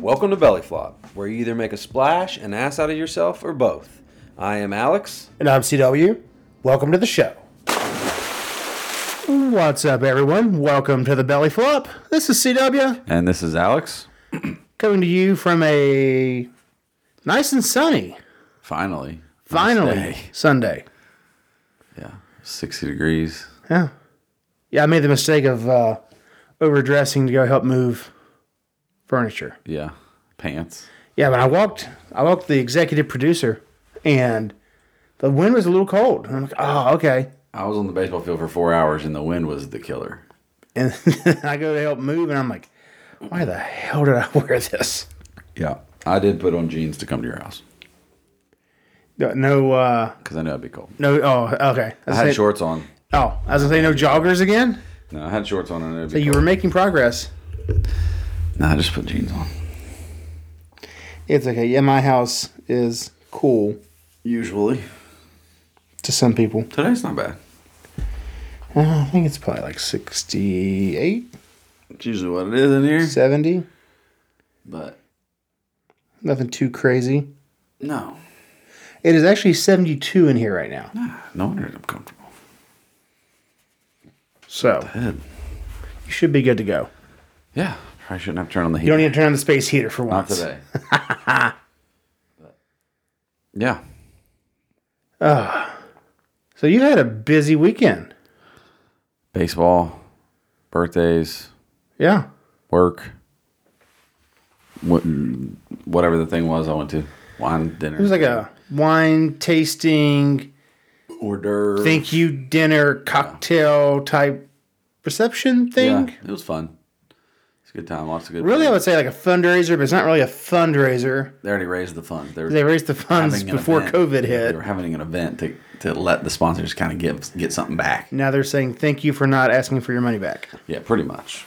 Welcome to Belly Flop, where you either make a splash, an ass out of yourself, or both. I am Alex. And I'm CW. Welcome to the show. What's up, everyone? Welcome to the Belly Flop. This is CW And this is Alex. coming to you from a nice and sunny, Finally. finally, Nice day. Sunday. Yeah. 60 degrees. Yeah. Yeah, I made the mistake of uh, overdressing to go help move furniture. Yeah. Pants. Yeah, but I walked I walked the executive producer and the wind was a little cold. I'm like, oh, okay. I was on the baseball field for four hours and the wind was the killer. And I go to help move and I'm like, why the hell did I wear this? Yeah. I did put on jeans to come to your house No, No, uh, because I knew it'd be cold. no. Oh, okay. I had shorts on. Oh, I was gonna say no joggers again. No, I had shorts on and it'd So be you were making progress. cold. No, I just put jeans on. It's okay. Yeah, my house is cool Usually. to some people. Today's not bad. Uh, I think it's probably like 68, It's usually what it is in here. 70. But Nothing too crazy. no. It is actually 72 in here right now. No wonder I'm comfortable. So Good. you should be good to go. Yeah. Probably shouldn't have turned on the heat. You don't need to turn on the space heater for not once. today. But, yeah. So you had a busy weekend. Baseball, birthdays, Yeah. work, what, whatever the thing was I went to, wine dinner. It was like a wine tasting, hors d'oeuvre. thank you dinner, cocktail type reception yeah, thing. it was fun. It's a good time. Lots of good. Really, I would say like a fundraiser, but it's not really a fundraiser. they already raised the fund. They were They raised the funds having an before event. COVID They were hit. having an event to, to let the sponsors kind of give get something back. Now they're saying thank you for not asking for your money back. Yeah, pretty much.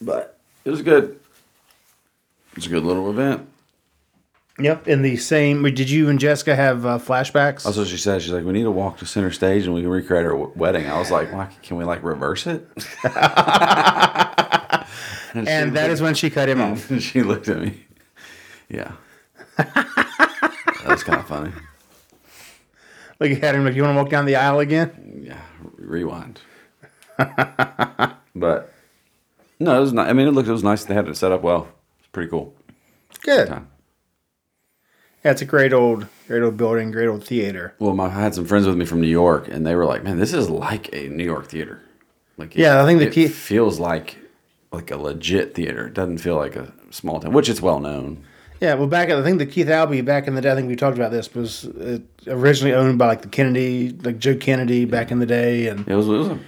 But it was good. It was a good little event. Yep. In the same, did you and Jessica have uh, flashbacks? That's what she said. She's like, we need to walk to center stage and we can recreate our w- wedding. I was like, why can we like reverse it? and that is when she cut him off. And she looked at me. Yeah. that was kind of funny. Mm. Like you had him like, you want to walk down the aisle again? Yeah. Rewind. but no, it was not. I mean, it looked, it was nice. They had it set up well. It's pretty cool. Good. Time. Yeah, it's a great old, great old building, great old theater. Well, my, I had some friends with me from New York and they were like, man, this is like a New York theater. Like, it- Yeah, I think the it key- feels like, like a legit theater. It doesn't feel like a small town, which it's well known. Yeah, well, back at I think the Keith Albee back in the day. I think we talked about this was uh, originally owned by like the Kennedy, like Joe Kennedy back in the day, and It was, it was a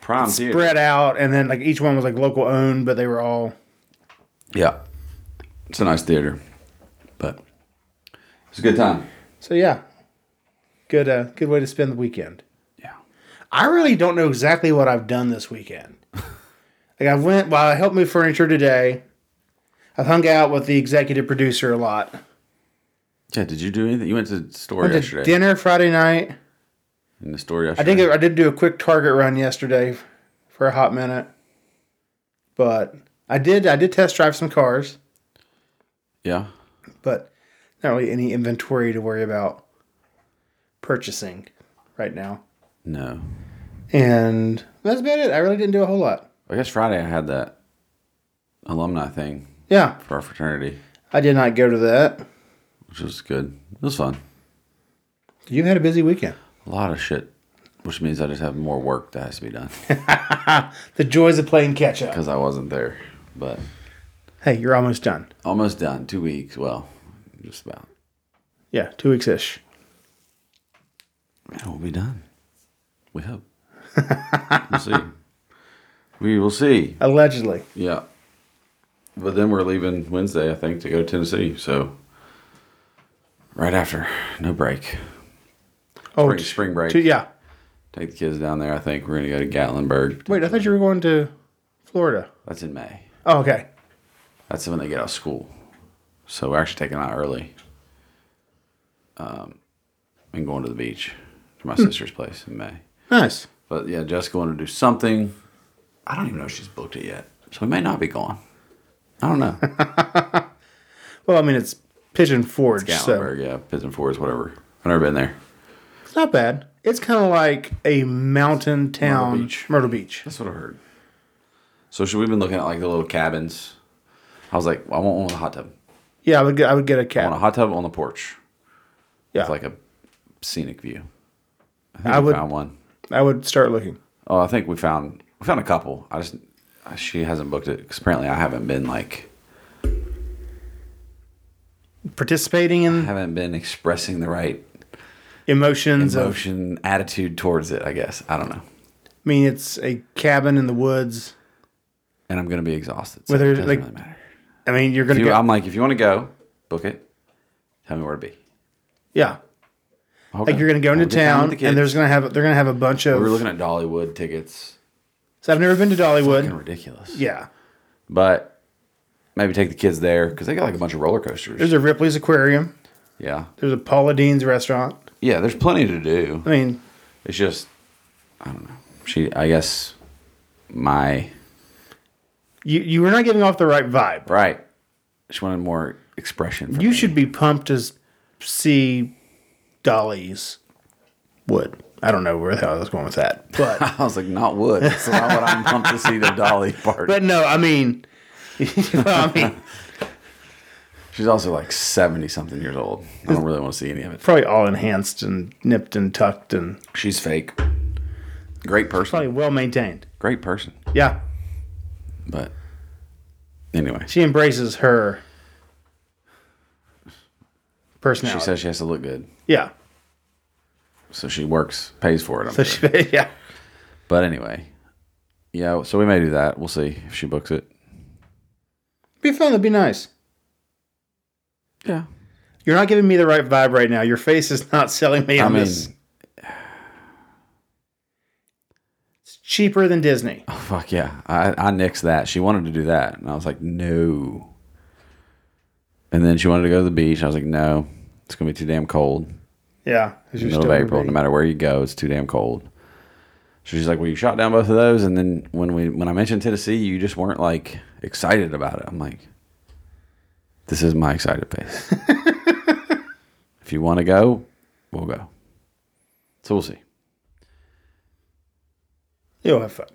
prime theater. spread out, and then like each one was like local owned, but they were all Yeah. It's a nice theater, but it's a good time. So yeah, good uh, good way to spend the weekend. Yeah. I really don't know exactly what I've done this weekend. like I went well, I helped move furniture today. I've hung out with the executive producer a lot. Yeah, did you do anything? You went to the store Went to yesterday. dinner Friday night. in the store I yesterday. think I did do a quick Target run yesterday for a hot minute, but I did I did test drive some cars, yeah. but not really any inventory to worry about purchasing right now. No. And that's about it. I really didn't do a whole lot. I guess Friday I had that alumni thing Yeah, for our fraternity, I did not go to that. which was good. It was fun. You had a busy weekend. A lot of shit, which means I just have more work that has to be done The joys of playing catch up. because I wasn't there. But Hey, you're almost done. almost done. Two weeks. Well, just about. Yeah, two weeks ish. Man, we'll be done. We hope. we'll see. We will see. Allegedly. Yeah. But then we're leaving Wednesday, I think, to go to Tennessee. So right after, no break. Oh, Spring, t- spring break. two- yeah. Take the kids down there. I think we're gonna go to Gatlinburg. Wait, I thought you were going to Florida. That's in May. Oh, okay. That's when they get out of school. So we're actually taking out early. Um, and going to the beach to my Hmm. sister's place in May. Nice. But yeah, Jessica wanted to do something. I don't even know if she's booked it yet. So we may not be going. I don't know. Well, I mean, it's Pigeon Forge, so Gatlinburg, yeah, Pigeon Forge, whatever. I've never been there. it's not bad. It's kind of like a mountain town, Myrtle Beach. Beach. That's what I heard. So should we've been looking at like the little cabins? I was like, I want one with a hot tub. Yeah, I would get, I would get a I cat. want a hot tub on the porch. yeah, It's like a scenic view. I, think I we would- found one. I would start looking. Oh, I think we found we found a couple. I just I- she hasn't booked it because apparently I haven't been like Participating in haven't been expressing the right emotions of. emotion attitude towards it. I guess I don't know. I mean, it's a cabin in the woods. And I'm gonna be exhausted. So Whether, it doesn't like, really matter. I mean, you're gonna If you- go. I'm like, if you want to go, book it. Tell me where to be. yeah, I'll like go. you're gonna go I'll into get down town, with the and there's kids. gonna have they're gonna have a bunch of. we were looking at Dollywood tickets. so I've never been to Fucking Dollywood. ridiculous. Yeah, But maybe take the kids there because they got like a bunch of roller coasters. there's a Ripley's Aquarium. yeah, There's a Paula Dean's restaurant. yeah. There's plenty to do. I mean, It's just I don't know. She, I guess, my you you were not giving off the right vibe. right. She wanted more expression. From You me. should be pumped to s- see Dolly's Wood. I don't know where the hell I was going with that, but I was like, not wood. That's not what I'm pumped to see the Dolly part. but no, I mean, I mean, She's also like seventy something years old. I don't really want to see any of it. probably all enhanced and nipped and tucked and She's fake. Great person. probably well maintained. Great person. Yeah, But anyway, she embraces her she personality. says she has to look good, yeah, so she works, pays for it. I'm so sure. she yeah. But anyway, yeah. So we may do that. We'll see if she books it. Be fun. That'd be nice. Yeah. You're not giving me the right vibe right now. Your face is not selling me I on mean, this. It's cheaper than Disney. oh, fuck yeah. I I nixed that. She wanted to do that, and I was like, no. And then she wanted to go to the beach. I was like, no. It's gonna be too damn cold. Yeah, 'cause you're middle of still April. No gonna matter where you go, it's too damn cold. So she's like, "Well, you shot down both of those, and then when we when I mentioned Tennessee, you just weren't like excited about it." I'm like, "This is my excited face. if you want to go, we'll go." So we'll see. be- You'll have fun.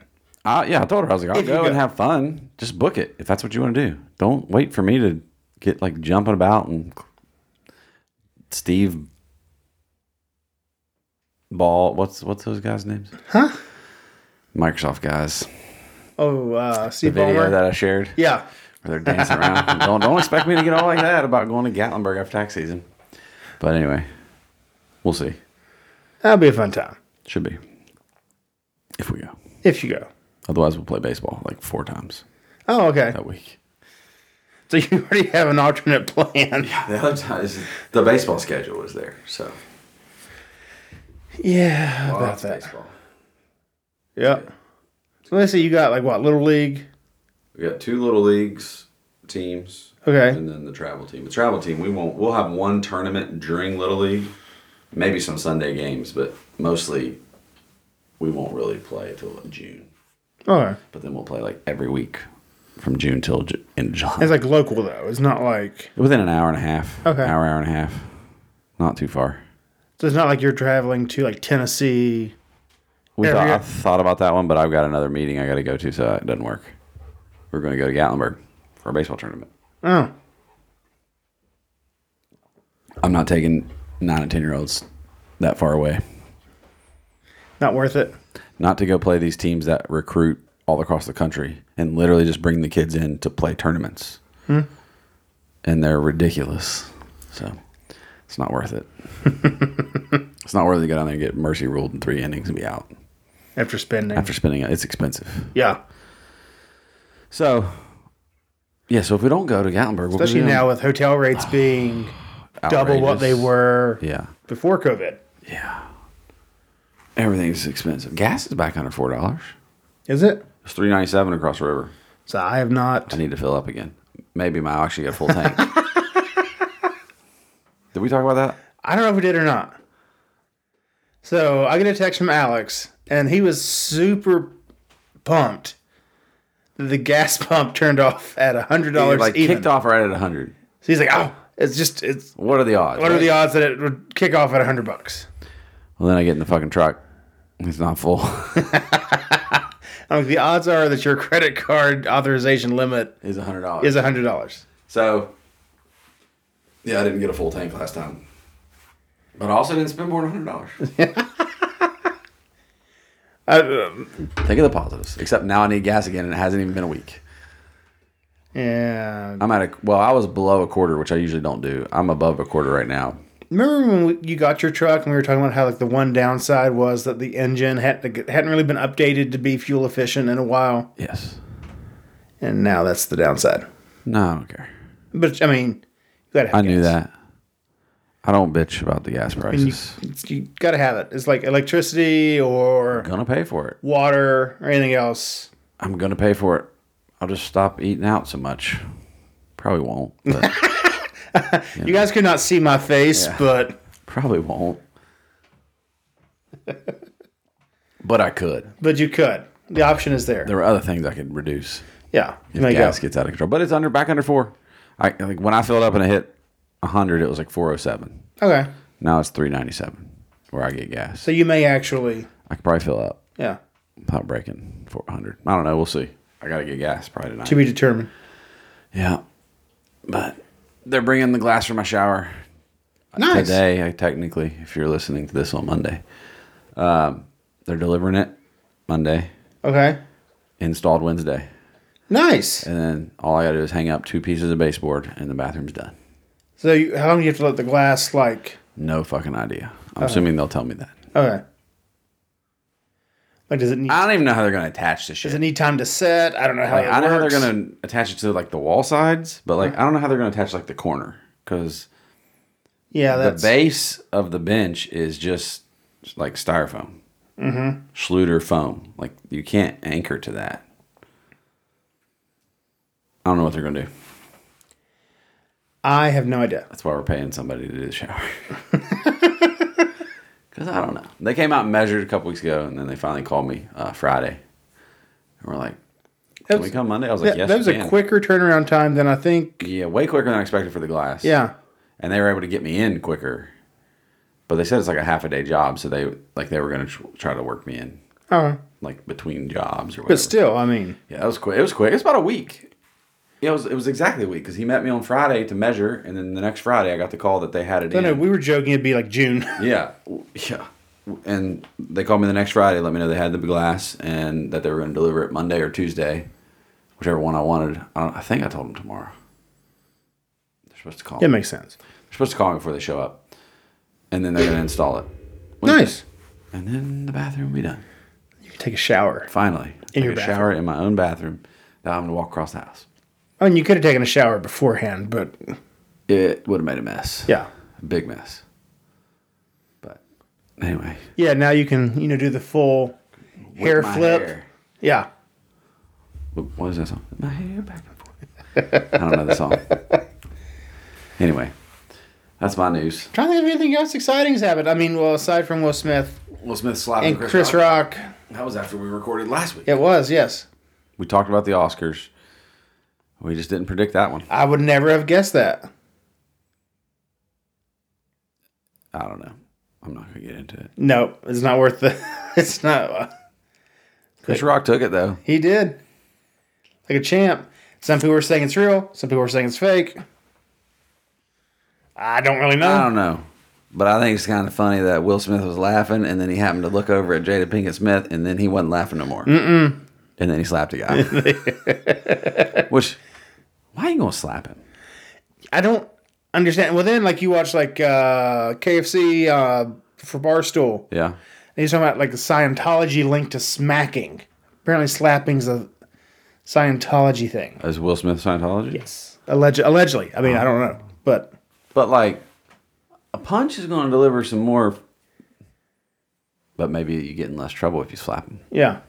I, yeah, I told her I was like, "I'll If you go, and go. have fun. Just book it if that's what you want to do. Don't wait for me to get like jumping about and Steve Ball. What's what's those guys' names? Huh? Microsoft guys. Oh, uh, The Steve video Ballmer. that I shared yeah, where they're dancing around. don't don't expect me to get all like that about going to Gatlinburg after tax season. But anyway, we'll see. that'll be a fun time Should be if we go. if you go. Otherwise, we'll play baseball like four times Oh, okay. that week. So you already have an alternate plan. The other time is the baseball schedule was there, so Yeah, about lots of that. baseball. Yeah. So let's say you got like what little league. We got two little leagues teams, Okay. and then the travel team. The travel team we won't. We'll have one tournament during little league, maybe some Sunday games, but mostly we won't really play till June. Okay. But then we'll play like every week from June till Ju- in July, It's like local though. It's not like within an hour and a half. Okay. hour hour and a half, not too far. so it's not like you're traveling to like Tennessee. We Yeah, thought, we I got- thought about that one, but I've got another meeting I got to go to, so it doesn't work. We're going to go to Gatlinburg for a baseball tournament. Oh, I'm not taking nine and ten year olds that far away. not worth it. Not to go play these teams that recruit all across the country and literally just bring the kids in to play tournaments, and they're ridiculous. So it's not worth it. it's not worth it to go down there and get mercy ruled in three innings and be out After spending. after spending it. It's expensive. yeah. So. Yeah, so if we don't go to Gatlinburg, we'll go Especially to- now with hotel rates being double what they Outrageous. were Yeah. before COVID. Yeah. Everything's expensive. Gas is back under four dollars. Is it? It's three ninety seven across the river. So I have not. I need to fill up again. Maybe my I'll actually get a full tank. Did we talk about that? I don't know if we did or not. So I get a text from Alex, and he was super pumped. that The gas pump turned off at a hundred It dollars like Oh, even. kicked off right at hundred. So he's like, oh, it's just it's. What are the odds? What are the odds that it would kick off at hundred bucks? Well, then I get in the fucking truck. It's not full. I'm like, the odds are that your credit card authorization limit It's a hundred dollars. is hundred dollars. So, yeah, I didn't get a full tank last time, but I also didn't spend more than hundred dollars. Uh, Think of the positives. Except now I need gas again, and it hasn't even been a week. Yeah. I'm at a well, I was below a quarter, which I usually don't do. I'm above a quarter right now. Remember when we- you got your truck and we were talking about how like the one downside was that the engine had hadn't really been updated to be fuel efficient in a while, Yes. and now that's the downside. No, I don't care. But I mean, you gotta. Have I knew gas. that. I don't bitch about the gas And you, prices. it's- you gotta have it. It's like electricity or gonna pay for it. water or anything else. I'm gonna pay for it. I'll just stop eating out so much. Probably won't. But You guys could not see my face, Yeah. but probably won't. but I could. but you could. The option is there. There were other things I could reduce. yeah. if There you go. gas gets out of control. But it's under back under four. I like when I filled up and I hit hundred, it was like four oh seven. Okay. Now it's three ninety seven where I get gas. So you may actually. I could probably fill up Yeah. without breaking four hundred. I don't know. We'll see. I gotta get gas probably tonight. To be determined. yeah, but they're bringing the glass for my shower Nice. today. I technically, if you're listening to this on Monday, um, they're delivering it Monday, Okay. installed Wednesday, Nice. and then all I gotta do is hang up two pieces of baseboard, and the bathroom's done. So you, how long do you have to let the glass like? No fucking idea. I'm assuming they'll tell me that. Okay. Like, does it need I don't even know how they're gonna attach this shit. does it need time to set? I don't know how. like, it I know how they're works. gonna attach it to like the wall sides, but like I don't know how they're gonna attach like the corner because Yeah, the that's base of the bench is just like styrofoam, mm-hmm. Schluter foam. Like you can't anchor to that. I don't know what they're gonna do. I have no idea. That's why we're paying somebody to do the shower. Because I don't know. They came out and measured a couple weeks ago, and then they finally called me uh, Friday, and we're like, "Can was- we come Monday?" I was Yeah, like, "Yes." that was we a can." quicker turnaround time than I think. Yeah, way quicker than I expected for the glass. Yeah. and they were able to get me in quicker, but they said it's like a half a day job, so they like they were gonna tr- try to work me in Oh, like between jobs or whatever. but still, I mean, yeah, that was quick. It was quick. It's about a week. Yeah, it was it was exactly a week because he met me on Friday to measure, and then the next Friday I got the call that they had it I in. know we were joking. It'd be like June. Yeah, w- yeah. And they called me the next Friday, let me know they had the glass and that they were going to deliver it Monday or Tuesday, whichever one I wanted. I, don't, I think I told them tomorrow. They're supposed to call. it me. makes sense. They're supposed to call me before they show up, and then they're going to install it. Nice. And then the bathroom will be done. You can take a shower. Finally, In Take your a bathroom. shower in my own bathroom. Now I'm going to walk across the house. I mean, you could have taken a shower beforehand, but It would have made a mess. yeah, a big mess. But anyway, yeah. Now you can you know do the full Whip hair my flip. hair. Yeah, What what is that song? My hair back and forth. I don't know the song. Anyway, that's my news. trying to think of anything else exciting's happened. I mean, well, aside from Will Smith Will Smith slapping and Chris Rock, That was after we recorded last week. it was yes. We talked about the Oscars. We just didn't predict that one. I would never have guessed that. I don't know. I'm not gonna get into it. No, it's not worth the. It's not. Chris Rock took it though. He did like a champ. Some people are saying it's real. Some people are saying it's fake. I don't really know. I don't know, but I think it's kind of funny that Will Smith was laughing, and then he happened to look over at Jada Pinkett Smith, and then he wasn't laughing no more. Mm-mm. And then he slapped a guy. Which, why are you gonna slap him? I don't understand. Well, then like you watch like uh, KFC uh, for Barstool. Yeah. And he's talking about like the Scientology linked to smacking. Apparently, slapping's a Scientology thing. As Will Smith Scientology? Yes, Alleg- allegedly. I mean, I don't know, but But like a punch is going to deliver some more but maybe you get in less trouble if you slap him. yeah,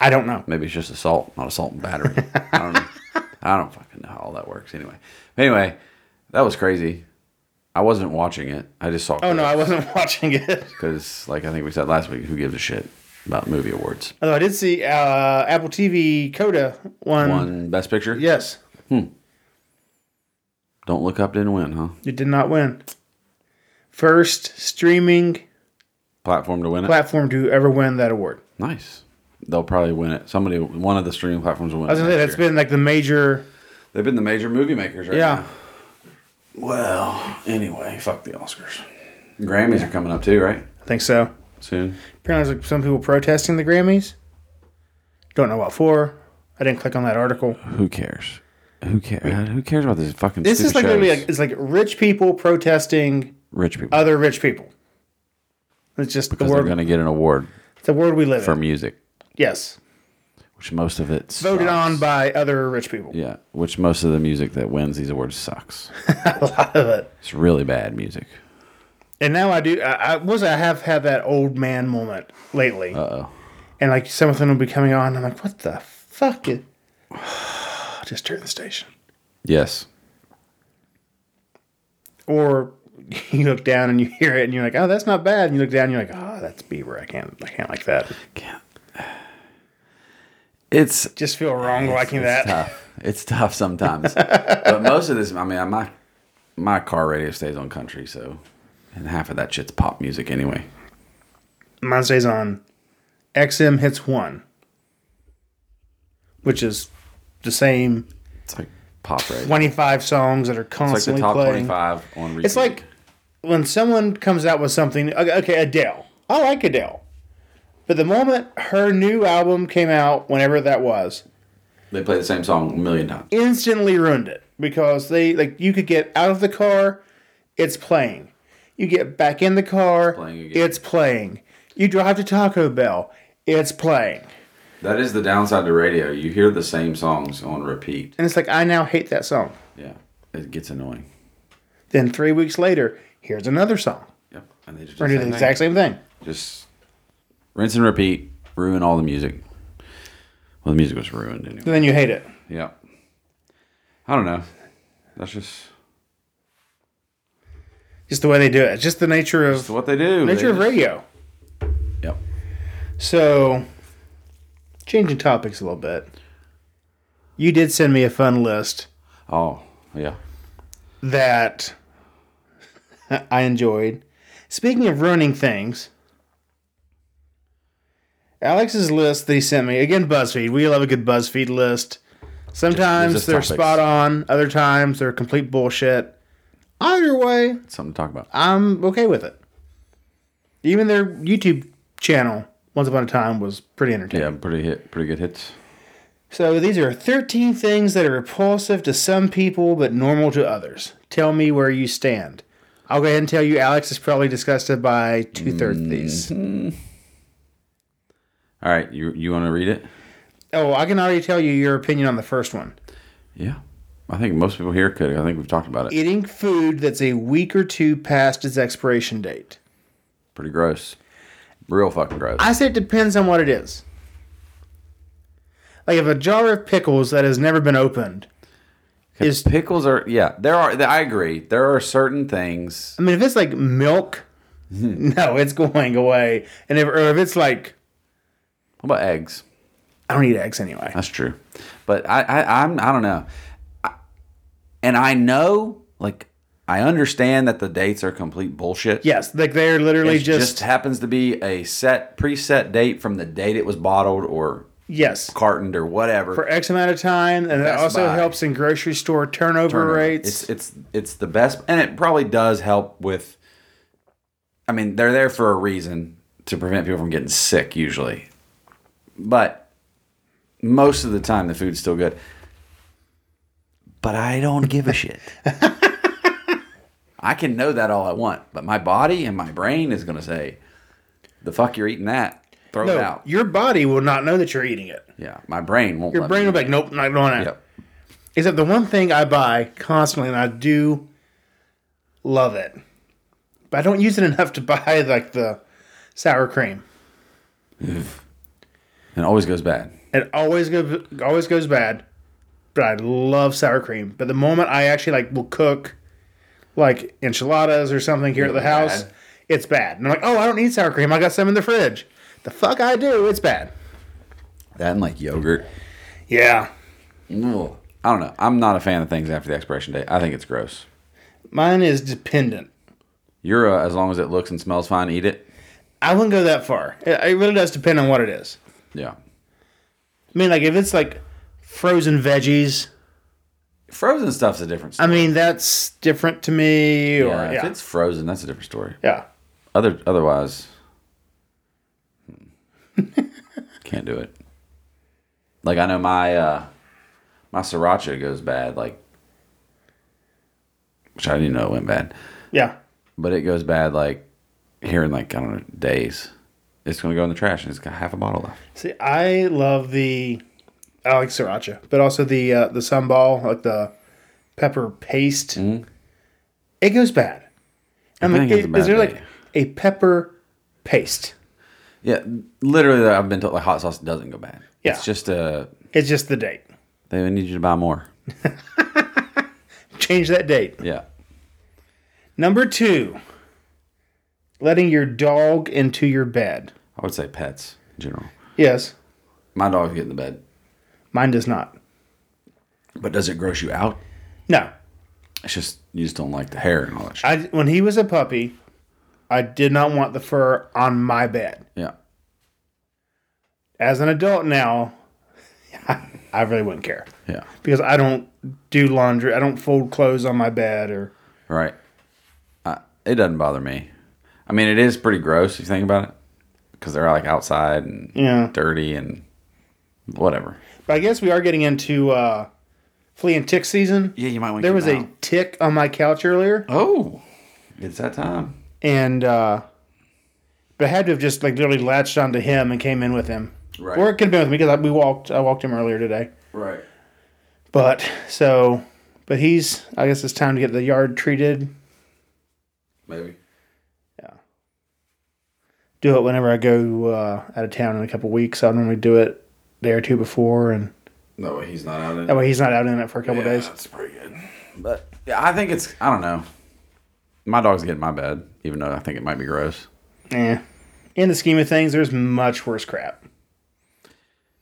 I don't know. Maybe it's just assault, not assault and battery. I don't know. I don't fucking know how all that works anyway. Anyway, that was crazy. I wasn't watching it. I just saw Oh no, I wasn't watching it. cuz like I think we said last week who gives a shit about movie awards. Although I did see uh, Apple TV Coda one. One best picture? Yes. Don't look up didn't win, huh? It did not win. First streaming Platform to win it. platform to ever win that award. nice. They'll probably win it. Somebody, one of the streaming platforms will win. I was it gonna say next that's year. been like the major. They've been the major movie makers, right? Yeah, now. Well, anyway, fuck the Oscars. Grammys are coming up too, right? I think so. Soon. Apparently, there's like some people protesting the Grammys. Don't know what for. I didn't click on that article. Who cares? Who cares? Who cares about this fucking? This is stupid like gonna be shows? like it's like rich people protesting rich people other rich people. It's just because the they're world. going to get an award the world we live for in. music, Yes, which most of it voted on by other rich people. Yeah, which most of the music that wins these awards sucks. A lot of it. It's really bad music. And now I do. I, I was. I have had that old man moment lately, Uh oh. and like something will be coming on. And I'm like, what the fuck? Is... just turn the station. Yes. Or you look down and you hear it, and you're like, oh, that's not bad. And you look down, and you're like, oh, that's Bieber. I can't. I can't like that. Can't. It's Just feel wrong liking it's that. Tough. It's tough sometimes, but most of this, I mean, my my car radio stays on country, so and half of that shit's pop music anyway. Mine stays on XM hits one, which is the same It's like pop radio. 25 songs that are It's like constantly the top playing. twenty-five on. Repeat. It's like when someone comes out with something. Okay, okay, Adele. I like Adele, but the moment her new album came out, whenever that was, they play the same song a million times. instantly ruined it because they like you could get out of the car, it's playing. You get back in the car, playing again. it's playing. You drive to Taco Bell, it's playing. That is the downside to radio. You hear the same songs on repeat. And it's like I now hate that song. Yeah, it gets annoying. Then three weeks later, here's another song. Yep, and they just We're do gonna the do the same exact thing. same thing. Just rinse and repeat. Ruin all the music. Well, the music was ruined anyway. And then you hate it. Yeah. I don't know. That's just Just the way they do it. It's just the nature it's of what they do. They nature of just- radio. Yep. So, changing topics a little bit. You did send me a fun list Oh, yeah. that I enjoyed. Speaking of ruining things, Alex's list that he sent me again. BuzzFeed. We love a good BuzzFeed list. Just- Sometimes just they're topics. spot on. Other times they're complete bullshit. Either way, It's something to talk about. I'm okay with it. Even their YouTube channel, Once Upon a Time, was pretty entertaining. Yeah, pretty hit, pretty good hits. So these are 13 things that are repulsive to some people but normal to others. Tell me where you stand. I'll go ahead and tell you, Alex is probably disgusted by two thirds of these. All right, you you want to read it? Oh, I can already tell you your opinion on the first one. Yeah. I think most people here could. I think we've talked about it. Eating food that's a week or two past its expiration date. Pretty gross. Real fucking gross. I say it depends on what it is. Like if a jar of pickles that has never been opened is Pickles are yeah. There are. I agree. There are certain things. I mean, if it's like milk, no, it's going away. And if, or if it's like, What about eggs? I don't eat eggs anyway. That's true. But I, I I'm I don't know. I- and I know like I understand that the dates are complete bullshit. Yes, like they're literally It just, just, happens to be a set preset date from the date it was bottled or yes cartoned or whatever. for X amount of time, and that Best also Buy. helps in grocery store turnover, rates. It's it's it's the best, and it probably does help with. I mean, they're there for a reason to prevent people from getting sick, usually, but most of the time the food's still good. But I don't give a shit. I can know that all I want, but my body and my brain is gonna say, "The fuck you're eating that? Throw no, it out." your body will not know that you're eating it. Yeah, my brain won't. Your let brain me. will be like, nope, not going out. Yep. Except the one thing I buy constantly, and I do love it, but I don't use it enough to buy like the sour cream. And it always goes bad. It always goes always goes bad, but I love sour cream. But the moment I actually like will cook like enchiladas or something here at the house, bad. it's bad. And I'm like, oh, I don't need sour cream. I got some in the fridge. The fuck I do. It's bad. That and like yogurt. Yeah. Ugh. I don't know. I'm not a fan of things after the expiration date. I think it's gross. Mine is dependent. You're a, as long as it looks and smells fine, eat it. I wouldn't go that far. It, it really does depend on what it is. Yeah. I mean, like if it's like frozen veggies, Frozen stuff's a different I story. mean that's different to me. Or yeah, yeah, if yeah. it's frozen, that's a different story. Other otherwise, hmm. can't do it. Like I know my uh my sriracha goes bad, like which I didn't know it went bad, Yeah. but it goes bad like here in like I don't know days. It's gonna go in the trash, and it's got half a bottle left. See, I love the I like sriracha, but also the uh, the sunball, like the pepper paste. It goes bad. I'm Mm-hmm. I like, think it's is a bad there like day. a pepper paste? Yeah, literally, I've been told like hot sauce doesn't go bad. Yeah. it's just uh It's just the date. they need you to buy more. Change that date. Yeah, Number two, letting your dog into your bed. I would say pets in general. Yes, My dogs get in the bed, mine does not. but does it gross you out? No, It's just you just don't like the hair and all that shit. I when he was a puppy, I did not want the fur on my bed. yeah, As an adult now, I really wouldn't care. yeah, because I don't do laundry. I don't fold clothes on my bed or right. I, it doesn't bother me. I mean, it is pretty gross if you think about it, because they're like outside and Yeah. dirty and whatever. but I guess we are getting into uh flea and tick season. Yeah, you might want. There was a tick on my couch earlier oh, it's that time. and uh but I had to have just like literally latched onto him and came in with him. Right. Or it could have been with me because I, we walked I walked him earlier today. Right. But so but he's I guess it's time to get the yard treated. Maybe. Do it whenever I go uh, out of town in a couple weeks. I normally do it day or two before and No, he's not out. In that way he's not out in it for a couple Yeah, days. That's pretty good. But yeah, I think it's I don't know. My dog's getting my bed, even though I think it might be gross. Eh. In the scheme of things, there's much worse crap.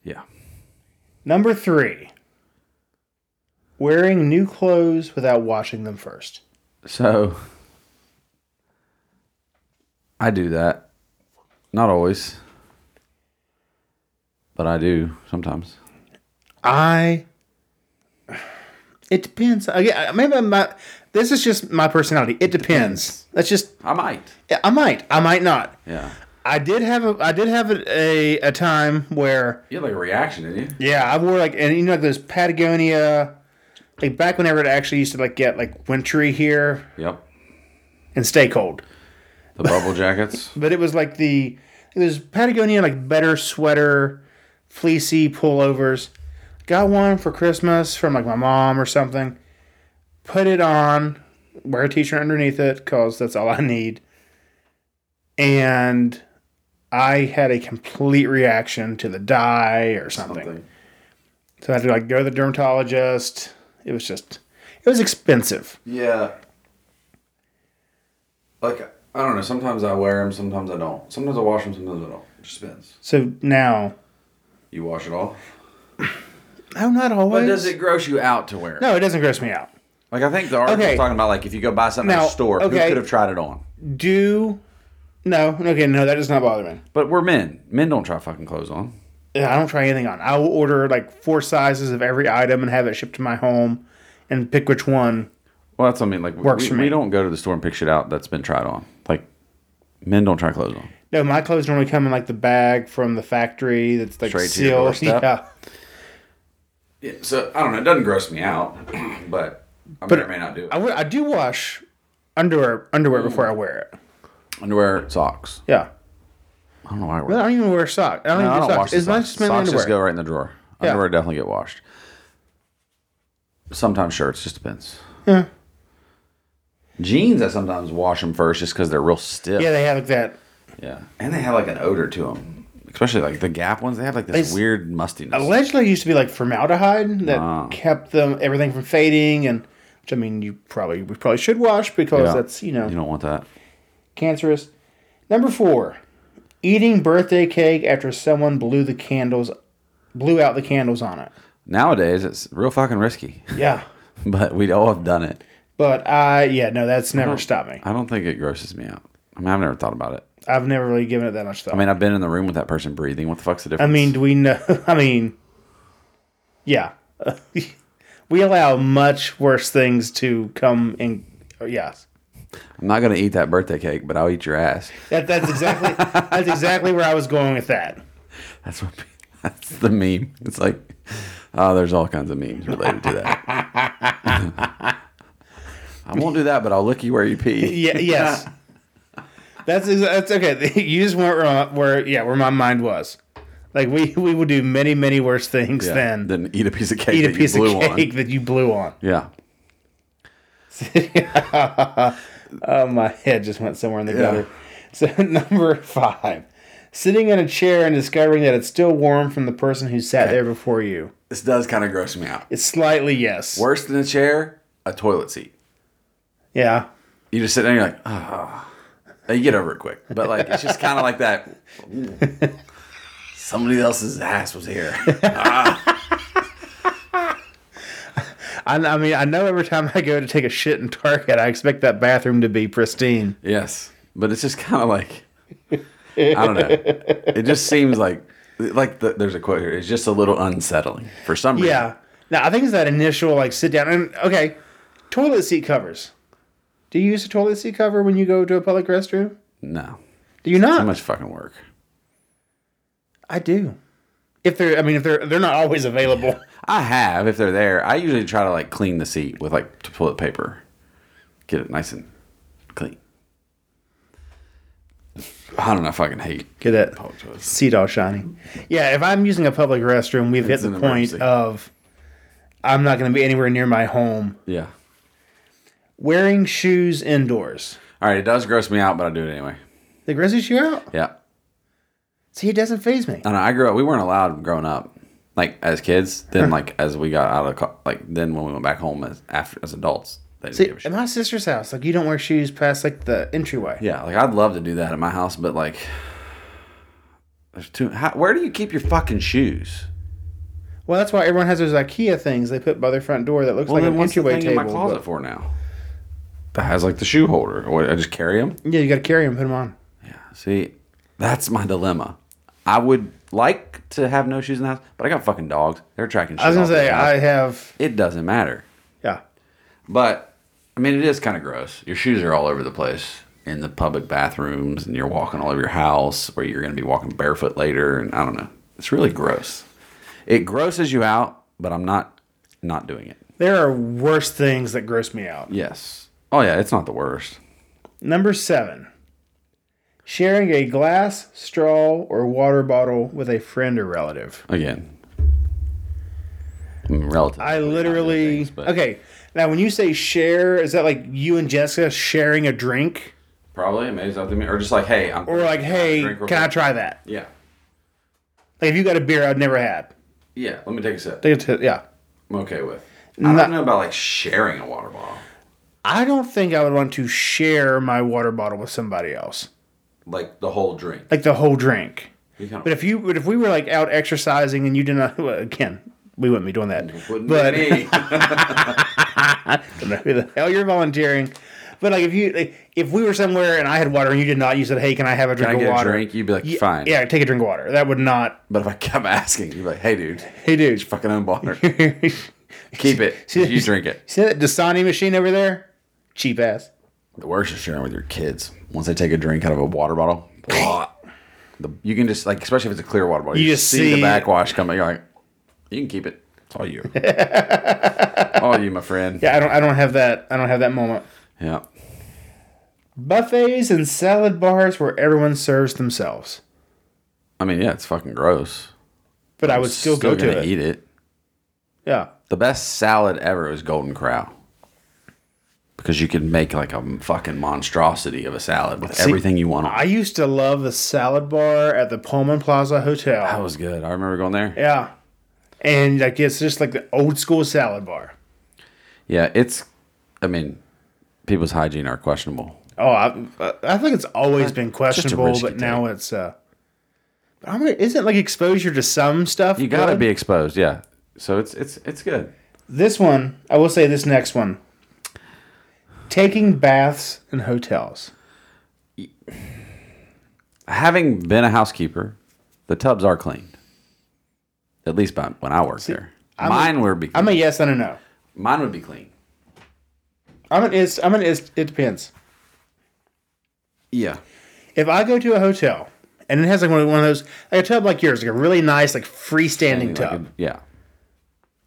Yeah. Number three, wearing new clothes without washing them first. So I do that. Not always. But I do sometimes. I. It depends. I, I- maybe I'm not. This is just my personality. It depends. That's just. I might. I might. I might not. Yeah. I did have a. I did have a a, a time where You had like a reaction, didn't you? Yeah, I wore like and you know like those Patagonia, like back whenever it actually used to like get like wintry here Yep. and stay cold. The bubble jackets. But it was like the it was Patagonia like better sweater, fleecy pullovers. Got one for Christmas from like my mom or something. Put it on, wear a t-shirt underneath it cuz that's all I need. And I had a complete reaction to the dye or something. So I had to like go to the dermatologist. It was just it was expensive. Yeah. Like I don't know. Sometimes I wear them. Sometimes I don't. Sometimes I wash them. Sometimes I don't. It just depends. So now You wash it all. No, Oh, not always. But does it gross you out to wear? it? no, it doesn't gross me out. Like I think the article Okay. was talking about like if you go buy something at Now, a store, okay. who could have tried it on? Do no, okay, no, that does not bother me. But we're men. Men don't try fucking clothes on. Yeah, I don't try anything on. I will order like four sizes of every item and have it shipped to my home and pick which one. Well, that's what I mean. Like Works we, for me. we don't go to the store and pick shit out that's been tried on. Like men don't try clothes on. No, my clothes normally come in like the bag from the factory that's like Straight to your sealed. doorstep? yeah. Yeah, so I don't know. It doesn't gross me out, but I may or may not do I, would, I do wash underwear underwear before I wear it. Underwear, socks. Yeah. I don't know why I wear. I don't even wear socks. I don't No, even I do don't wash socks. the It's not socks. just mainly socks underwear. just go right in the drawer. Yeah. Underwear definitely get washed. Sometimes shirts just depends. Yeah. Jeans, I sometimes wash them first just because they're real stiff. Yeah, they have like that. Yeah, and they have like an odor to them, especially like the Gap ones. They have like this They- weird mustiness. Allegedly, used to be like formaldehyde that Ah. kept them everything from fading, and which I mean, you probably we probably should wash because Yeah. that's you know You don't want that. cancerous. Number four, eating birthday cake after someone blew the candles, blew out the candles on it. Nowadays, it's real fucking risky, Yeah. but we all have done it. But I, yeah, no, that's Uh-huh. never stopped me. I don't think it grosses me out. I mean, I've never thought about it. I've never really given it that much thought. I mean, I've been in the room with that person breathing. What the fuck's the I difference? mean, do we know? I mean, yeah, we allow much worse things to come in. oh, Yes, I'm not gonna eat that birthday cake, but I'll eat your ass. that, that's exactly that's exactly where I was going with that. That's what. That's the meme. It's like, oh, there's all kinds of memes related to that. I won't do that, but I'll look you where you pee. Yeah, yes, that's exa- that's okay. You just weren't where, where yeah where my mind was. Like we we will do many many worse things Yeah. than Then eat a piece of cake. eat a that you piece of blew on. cake that you blew on. Yeah. Oh, my head just went somewhere in the gutter. So, number five, sitting in a chair and discovering that it's still warm from the person who sat there before you. This does kind of gross me out. It's slightly yes. Worse than a chair, a toilet seat. Yeah. You just sit there and you're like, ah. You get over it quick. But like, it's just kind of like that. ooh, Somebody else's ass was here. I, I mean, I know every time I go to take a shit in Target, I expect that bathroom to be pristine. yes. But it's just kind of like, I don't know. It just seems like, like the, there's a quote here. It's just a little unsettling for some reason. Yeah. Now, I think it's that initial, like, sit down. And, okay, toilet seat covers. Do you use a toilet seat cover when you go to a public restroom? No. Do you Too not? much fucking work. I do. If they're, I mean, if they're, they're not always available. I have if they're there. I usually try to like clean the seat with like toilet paper, get it nice and clean. I don't know if I can hate. Get that Apologize. seat all shiny. Yeah, if I'm using a public restroom, we've It's hit an the point emergency. of I'm not going to be anywhere near my home. Yeah. Wearing shoes indoors. All right. It does gross me out, but I do it anyway. The grossest shoe out? Yeah. See, it doesn't phase me. I know. I grew up. We weren't allowed growing up, like as kids. Then like as we got out of co- like then when we went back home as after as adults, they didn't See, give a shit. at my sister's house, like you don't wear shoes past like the entryway. Yeah, like I'd love to do that at my house, but like, there's too. How, where do you keep your fucking shoes? Well, that's why everyone has those IKEA things they put by their front door that looks Well, like then an what's the entryway thing in table. my closet for now? That has like the shoe holder. Or I just carry them. but- yeah, you got to carry them, put them on. Yeah. See, that's my dilemma. I would like to have no shoes in the house, but I got fucking dogs. They're tracking. Shit I was gonna off the say house. I have. It doesn't matter. Yeah, But I mean, it is kind of gross. Your shoes are all over the place in the public bathrooms, and you're walking all over your house where you're going to be walking barefoot later. And I don't know. It's really gross. It grosses you out, but I'm not not doing it. there are worse things that gross me out. Yes. Oh yeah, it's not the worst. Number seven, sharing a glass, straw, or water bottle with a friend or relative. again Mm, I'm relatively I literally. things, but- okay. Now, when you say share, is that like you and Jessica sharing a drink? probably amazed up to me or just like hey I'm Or like, hey, Drink real can I quick. try that? yeah Like, if you got a beer I've never had, yeah let me take a sip take it to, yeah. I'm okay with I Not- don't know about like sharing a water bottle I don't think I would want to share my water bottle with somebody else, like the whole drink like the whole drink. You kinda- But if you, but if we were like out exercising and you did not, well, again, we wouldn't be doing that. wouldn't but be me. don't know who the hell you're volunteering. But like if you like, if we were somewhere and I had water and you did not, you said, "Hey, can I have a drink I of get a water?" drink, you'd be like, Ye- fine. Yeah, take a drink of water. That would not. But if I kept asking, you'd be like, hey, dude, Hey, dude. fucking own water. See Keep it. You drink it. that Dasani machine over there? Cheap ass. The worst is sharing with your kids. Once they take a drink out of a water bottle, the, you can just, like, especially if it's a clear water bottle, You just see- the backwash coming. You're like, you can keep it. It's all you. all you, my friend. Yeah, I don't. I don't have that. I don't have that moment. Yeah. Buffets and salad bars where everyone serves themselves. I mean, yeah, it's fucking gross. But I would still, go to gonna it. eat it. Yeah. The best salad ever is Golden Crow. Because you can make like a fucking monstrosity of a salad with everything you want on. I used to love the salad bar at the Pullman Plaza Hotel. That was good. I remember going there. Yeah. And like it's just like the old school salad bar. Yeah, it's. I mean, people's hygiene are questionable. Oh, I, I think it's always Uh, been questionable, risk but you now it's. uh But I'm gonna, isn't like exposure to some stuff. You gotta good? be exposed. Yeah, So it's it's it's good. This one, I will say this next one. Taking baths in hotels. Having been a housekeeper, the tubs are cleaned. At least by when I worked there, mine would be. I'm a yes and a no. mine would be clean. I'm an is I'm an is it depends. Yeah. If I go to a hotel and it has like one of one of those like a tub like yours, like a really nice, like freestanding Like a- tub. Uh, yeah.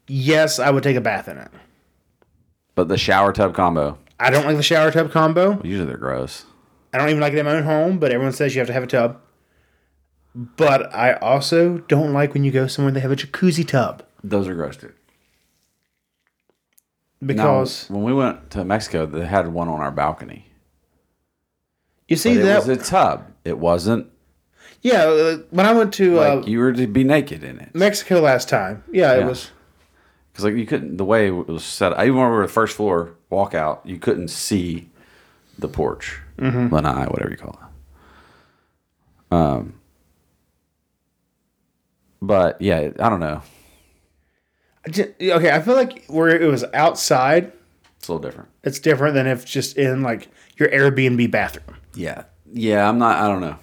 yes, I would take a bath in it. But the shower tub combo, I don't like the shower tub combo. usually they're gross. I don't even like it in my own home, but everyone says you have to have a tub. But I also don't like when you go somewhere they have a jacuzzi tub Those are gross too. Now, because when we went to Mexico, they had one on our balcony. you see But it that was a tub. It wasn't yeah. uh, When I went to uh, like you were to be naked in it. Mexico last time, yeah, it Yeah. was Because like you couldn't the way it was set. I even remember the first floor walkout. You couldn't see the porch, lanai, whatever you call it. Um, but yeah, I don't know. I ju- okay. I feel like where it was outside, It's a little different. it's different than if just in like your Airbnb bathroom. Yeah, yeah. I'm not. I don't know.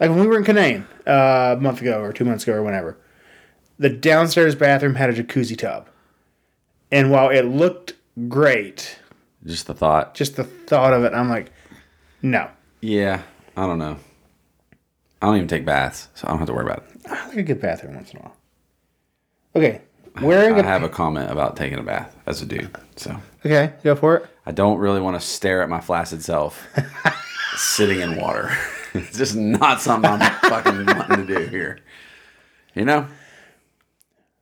Like when we were in Canaan uh, a month ago or two months ago or whenever, the downstairs bathroom had a jacuzzi tub. And while it looked great, Just the thought. just the thought of it, I'm like, no. Yeah, I don't know. I don't even take baths, so I don't have to worry about it. I like a good bathroom once in a while. Okay. Wearing I a have a comment about taking a bath as a dude. So Okay, go for it. I don't really want to stare at my flaccid self sitting in water. it's just not something I'm fucking wanting to do here. You know?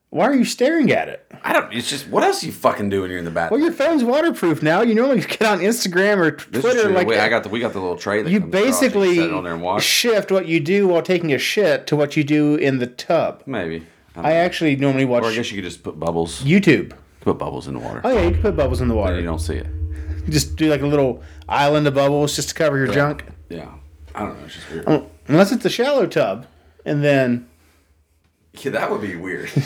Why are you staring at it? I don't it's just what else you fucking do when you're in the Well, bathroom? your phone's waterproof now. You normally get on Instagram or This is Twitter true. like uh, Wait, I got the we got the little tray that you comes across and basically you sit on there and wash. shift what you do while taking a shit to what you do in the tub. Maybe. I, don't I know. actually normally watch or I guess you could just put bubbles. YouTube. put bubbles in the water. Oh yeah, you can put bubbles in the and water. you don't see it. Just do like a little island of bubbles just to cover your junk. Yeah. I don't know, it's just weird. Um, Unless it's a shallow tub, and then Yeah, that would be weird.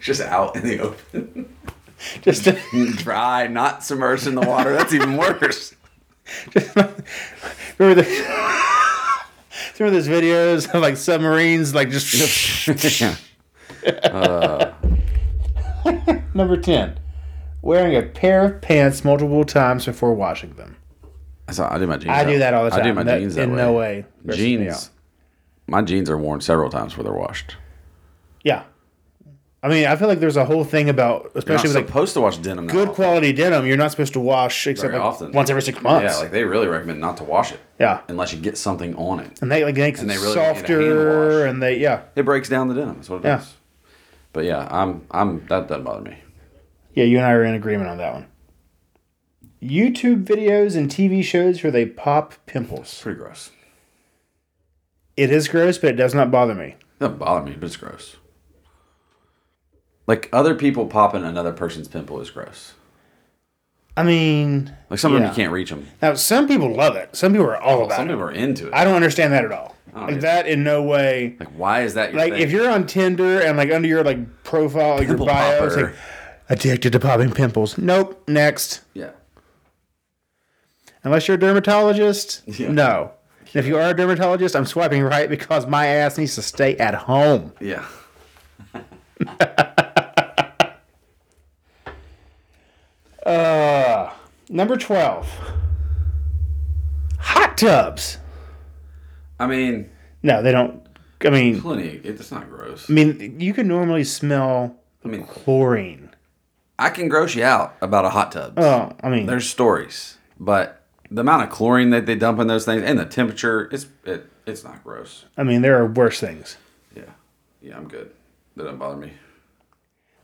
just out in the open. just Dry, not submerged in the water. That's even worse. remember the remember those videos of like submarines like just number ten, wearing a pair of pants multiple times before washing them. So I do my jeans. I do that all the time. I do my That- jeans that in way. no way grosses me out. Jeans. My jeans are worn several times before they're washed. Yeah, I mean I feel like there's a whole thing You're about not especially with like supposed to wash denim. that good often. quality denim you're not supposed to wash except Very like, often. once every six months. Yeah, like they really recommend not to wash it. Yeah. Unless you get something on it. and they like makes And it they really make it a hand softer, wash. and they yeah, It breaks down the denim. That's what it Yeah. does. But yeah, I'm I'm that doesn't bother me. yeah. You and I are in agreement on that one. YouTube videos and TV shows where they pop pimples. Pretty gross. It is gross, but it does not bother me. It doesn't bother me, but it's gross. Like other people popping another person's pimple is gross. I mean, Like some of them Yeah. you can't reach them. now some people love it. Some people are all about Oh, Some it. people are into it. I don't understand that at all. yeah. like that in no way. Like why is that your Like thing? if you're on Tinder and like under your like profile, like your Pimple bio, it's popper. like addicted to popping pimples. Nope. Next. yeah. Unless you're a dermatologist, Yeah. no. And if you are a dermatologist, I'm swiping right because my ass needs to stay at home. Yeah. Uh, Number 12 hot tubs. I mean, No, they don't. I mean, plenty. It's not gross. I mean, you can normally smell I mean, chlorine. I can gross you out about a hot tub. Oh, I mean, There's stories, but the amount of chlorine that they dump in those things and the temperature, it's it, it's not gross. I mean, there are worse things. Yeah, yeah, I'm good. That doesn't bother me.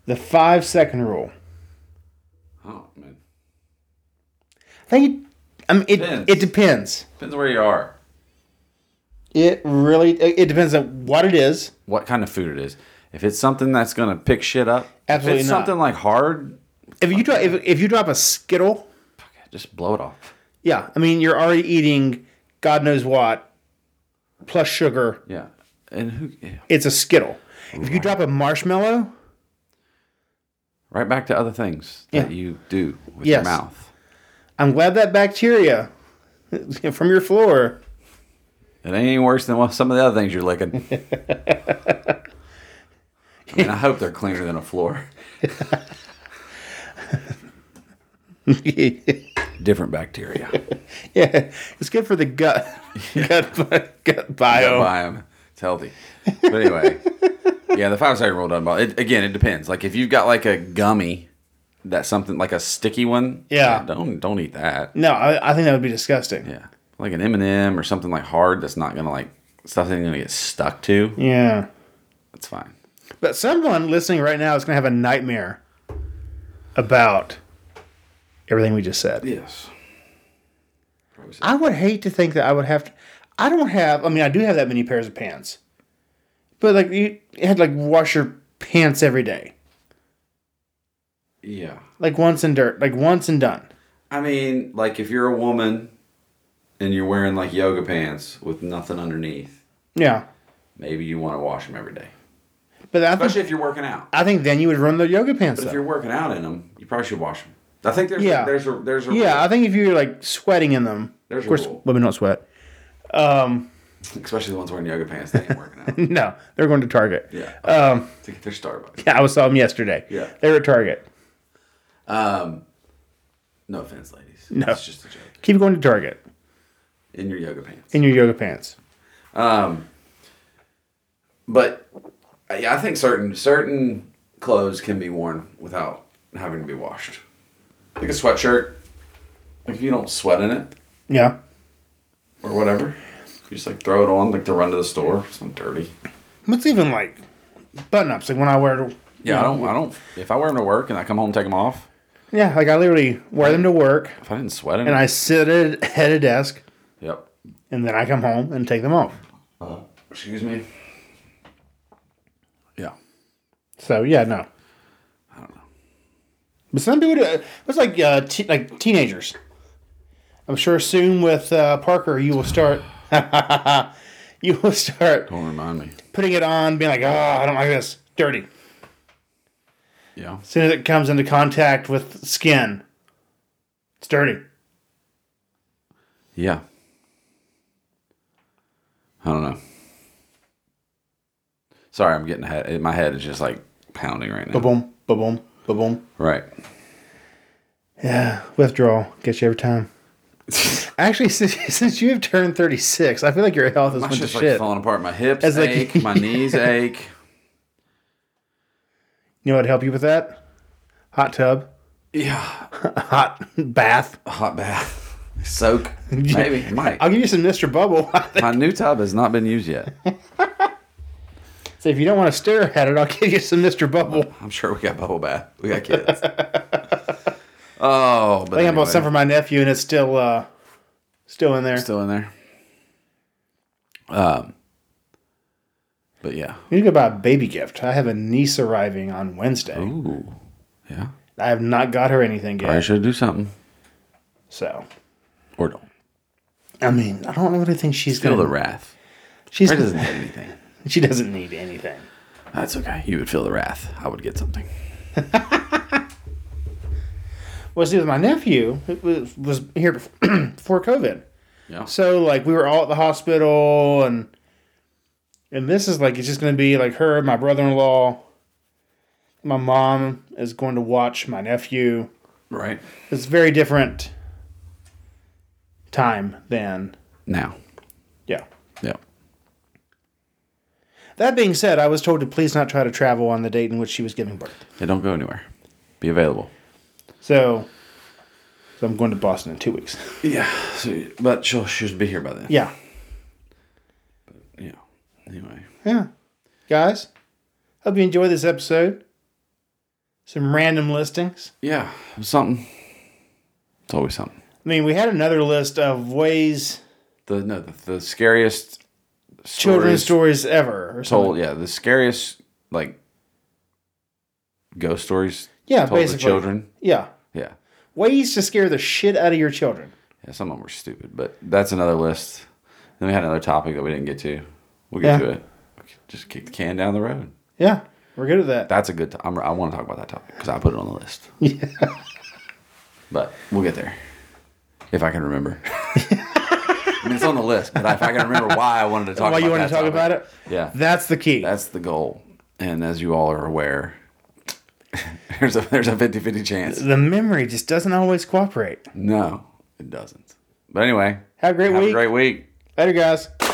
The five second rule. Oh man, I think. It, I mean, it Depends. it depends. depends on where you are, It really it it depends on what it is. what kind of food it is. If it's something that's gonna pick shit up, if Absolutely it's not. something like hard, If you drop if, if you drop a skittle just blow it off. Yeah, I mean, you're already eating God knows what plus sugar. Yeah, and who? Yeah. It's a Skittle. If you drop a marshmallow, Right back to other things that Yeah. you do with your Yes. mouth. I'm glad that bacteria from your floor. It ain't any worse than what- some of the other things you're licking. I mean, I hope they're cleaner than a floor. yeah, Different bacteria. it's good for the gut, gut, gut bio. buy 'em. It's healthy. But anyway, yeah, the five second rule doesn't bother. It, again, it depends. Like if you've got like a gummy, that's something like a sticky one. Yeah. don't don't eat that. No, I, I think that would be disgusting. Yeah. Yeah, like an M and m or something like hard that's not gonna like stuff that's gonna get stuck to. That's fine. But someone listening right now is going to have a nightmare about everything we just said. Yes. I would hate to think that I would have to. I don't have. I mean, I do have that many pairs of pants, but like you had to, like wash your pants every day, Yeah. like once and dirt, like once and done. I mean, like if you're a woman and you're wearing like yoga pants with nothing underneath, Yeah, maybe you want to wash them every day, but I think especially if you're working out. I think then you would run the yoga pants. But if Though. you're working out in them, you probably should wash them. I think there's Yeah. there's a there's a Yeah, I think if you're like sweating in them, There's of a course rule. women don't sweat. Um, especially the ones wearing yoga pants that ain't working out. no, they're going to Target. Yeah, Um, to get their Starbucks. yeah, I saw them yesterday. Yeah. they were at Target. Um, no offense, ladies. No, it's just a joke. Keep going to Target In your yoga pants. in your yoga pants. Um, but I I think certain certain clothes can be worn without having to be washed. Like a sweatshirt. Like if you don't sweat in it Yeah, or whatever, you just like throw it on like to run to the store. It's not dirty. what's even like button ups? Like when I wear to Yeah, I don't. I don't. If I wear them to work and I come home and take them off, Yeah, like I literally wear them to work if I didn't sweat in and it, I sit at, at a desk yep. and then I come home and take them off. Uh, excuse me. Yeah. So yeah, no. I don't know. But some people, do, it. it's like uh, te- like teenagers. I'm sure soon with uh, Parker, you will start. you will start Don't remind me. putting it on, being like, "Oh, I don't like this, dirty." Yeah. As soon as it comes into contact with skin, it's dirty. Yeah. I don't know. Sorry, I'm getting ahead. My head is just like pounding right now. Ba boom, ba boom, ba boom. Right. Yeah, withdrawal gets you every time. Actually, since, since you have turned 36, I feel like your health has My went to shit's like shit. falling apart. My hips It's like- ache. my knees ache. You know what would help you with that? Hot tub, Yeah. hot bath. Hot bath. Soak. Maybe. It Might. I'll give you some Mr. Bubble. My new tub has not been used yet. so if you don't want to stare at it, I'll give you some Mr. Bubble. I think I'm sure we got bubble bath. We got kids. oh, but I bought anyway, some for my nephew, and it's still uh, still in there. still in there. Um. But yeah. You need to go buy a baby gift. I have a niece arriving on Wednesday. Ooh. Yeah. I have not got her anything yet. I should do something. So, Or don't. I mean, I don't really think she's Feel going the to. wrath. She's Ray doesn't need anything. She doesn't need anything. That's okay. You would feel the wrath. I would get something. Well, see, with my nephew, it was, was here before, before COVID. Yeah. So, like, we were all at the hospital, and and this is like it's just going to be like her, my brother in law, my mom is going to watch my nephew. Right. It's very different time than Now. yeah. Yeah. That being said, I was told to please not try to travel on the date in which she was giving birth. They don't go anywhere. Be available. So, so I'm going to Boston in two weeks. Yeah. So, but she'll she'll be here by then. yeah, Yeah. Anyway. Yeah. Guys, hope you enjoyed this episode. Some random listings. Yeah. Something. It's always something. I mean, we had another list of ways The no the, the scariest children's stories stories ever or something. told. Yeah. The scariest like ghost stories. Yeah, told basically. To children. Yeah. Yeah. Ways to scare the shit out of your children. Yeah, some of them were stupid, but that's another list. Then we had another topic that we didn't get to. We'll get Yeah. to it. We could Just kick the can down the road. Yeah. We're good at that. That's a good. T- I'm, I want to talk about that topic because I put it on the list. Yeah. But we'll get there if I can remember. I mean, it's on the list, but if I can remember why I wanted to talk. Why about you want to that talk topic. about it? Yeah, That's the key. that's the goal. And as you all are aware, there's a there's a 50-50 chance. the memory just doesn't always cooperate. No, it doesn't. But anyway, Have a great have week. a great week. Later, guys.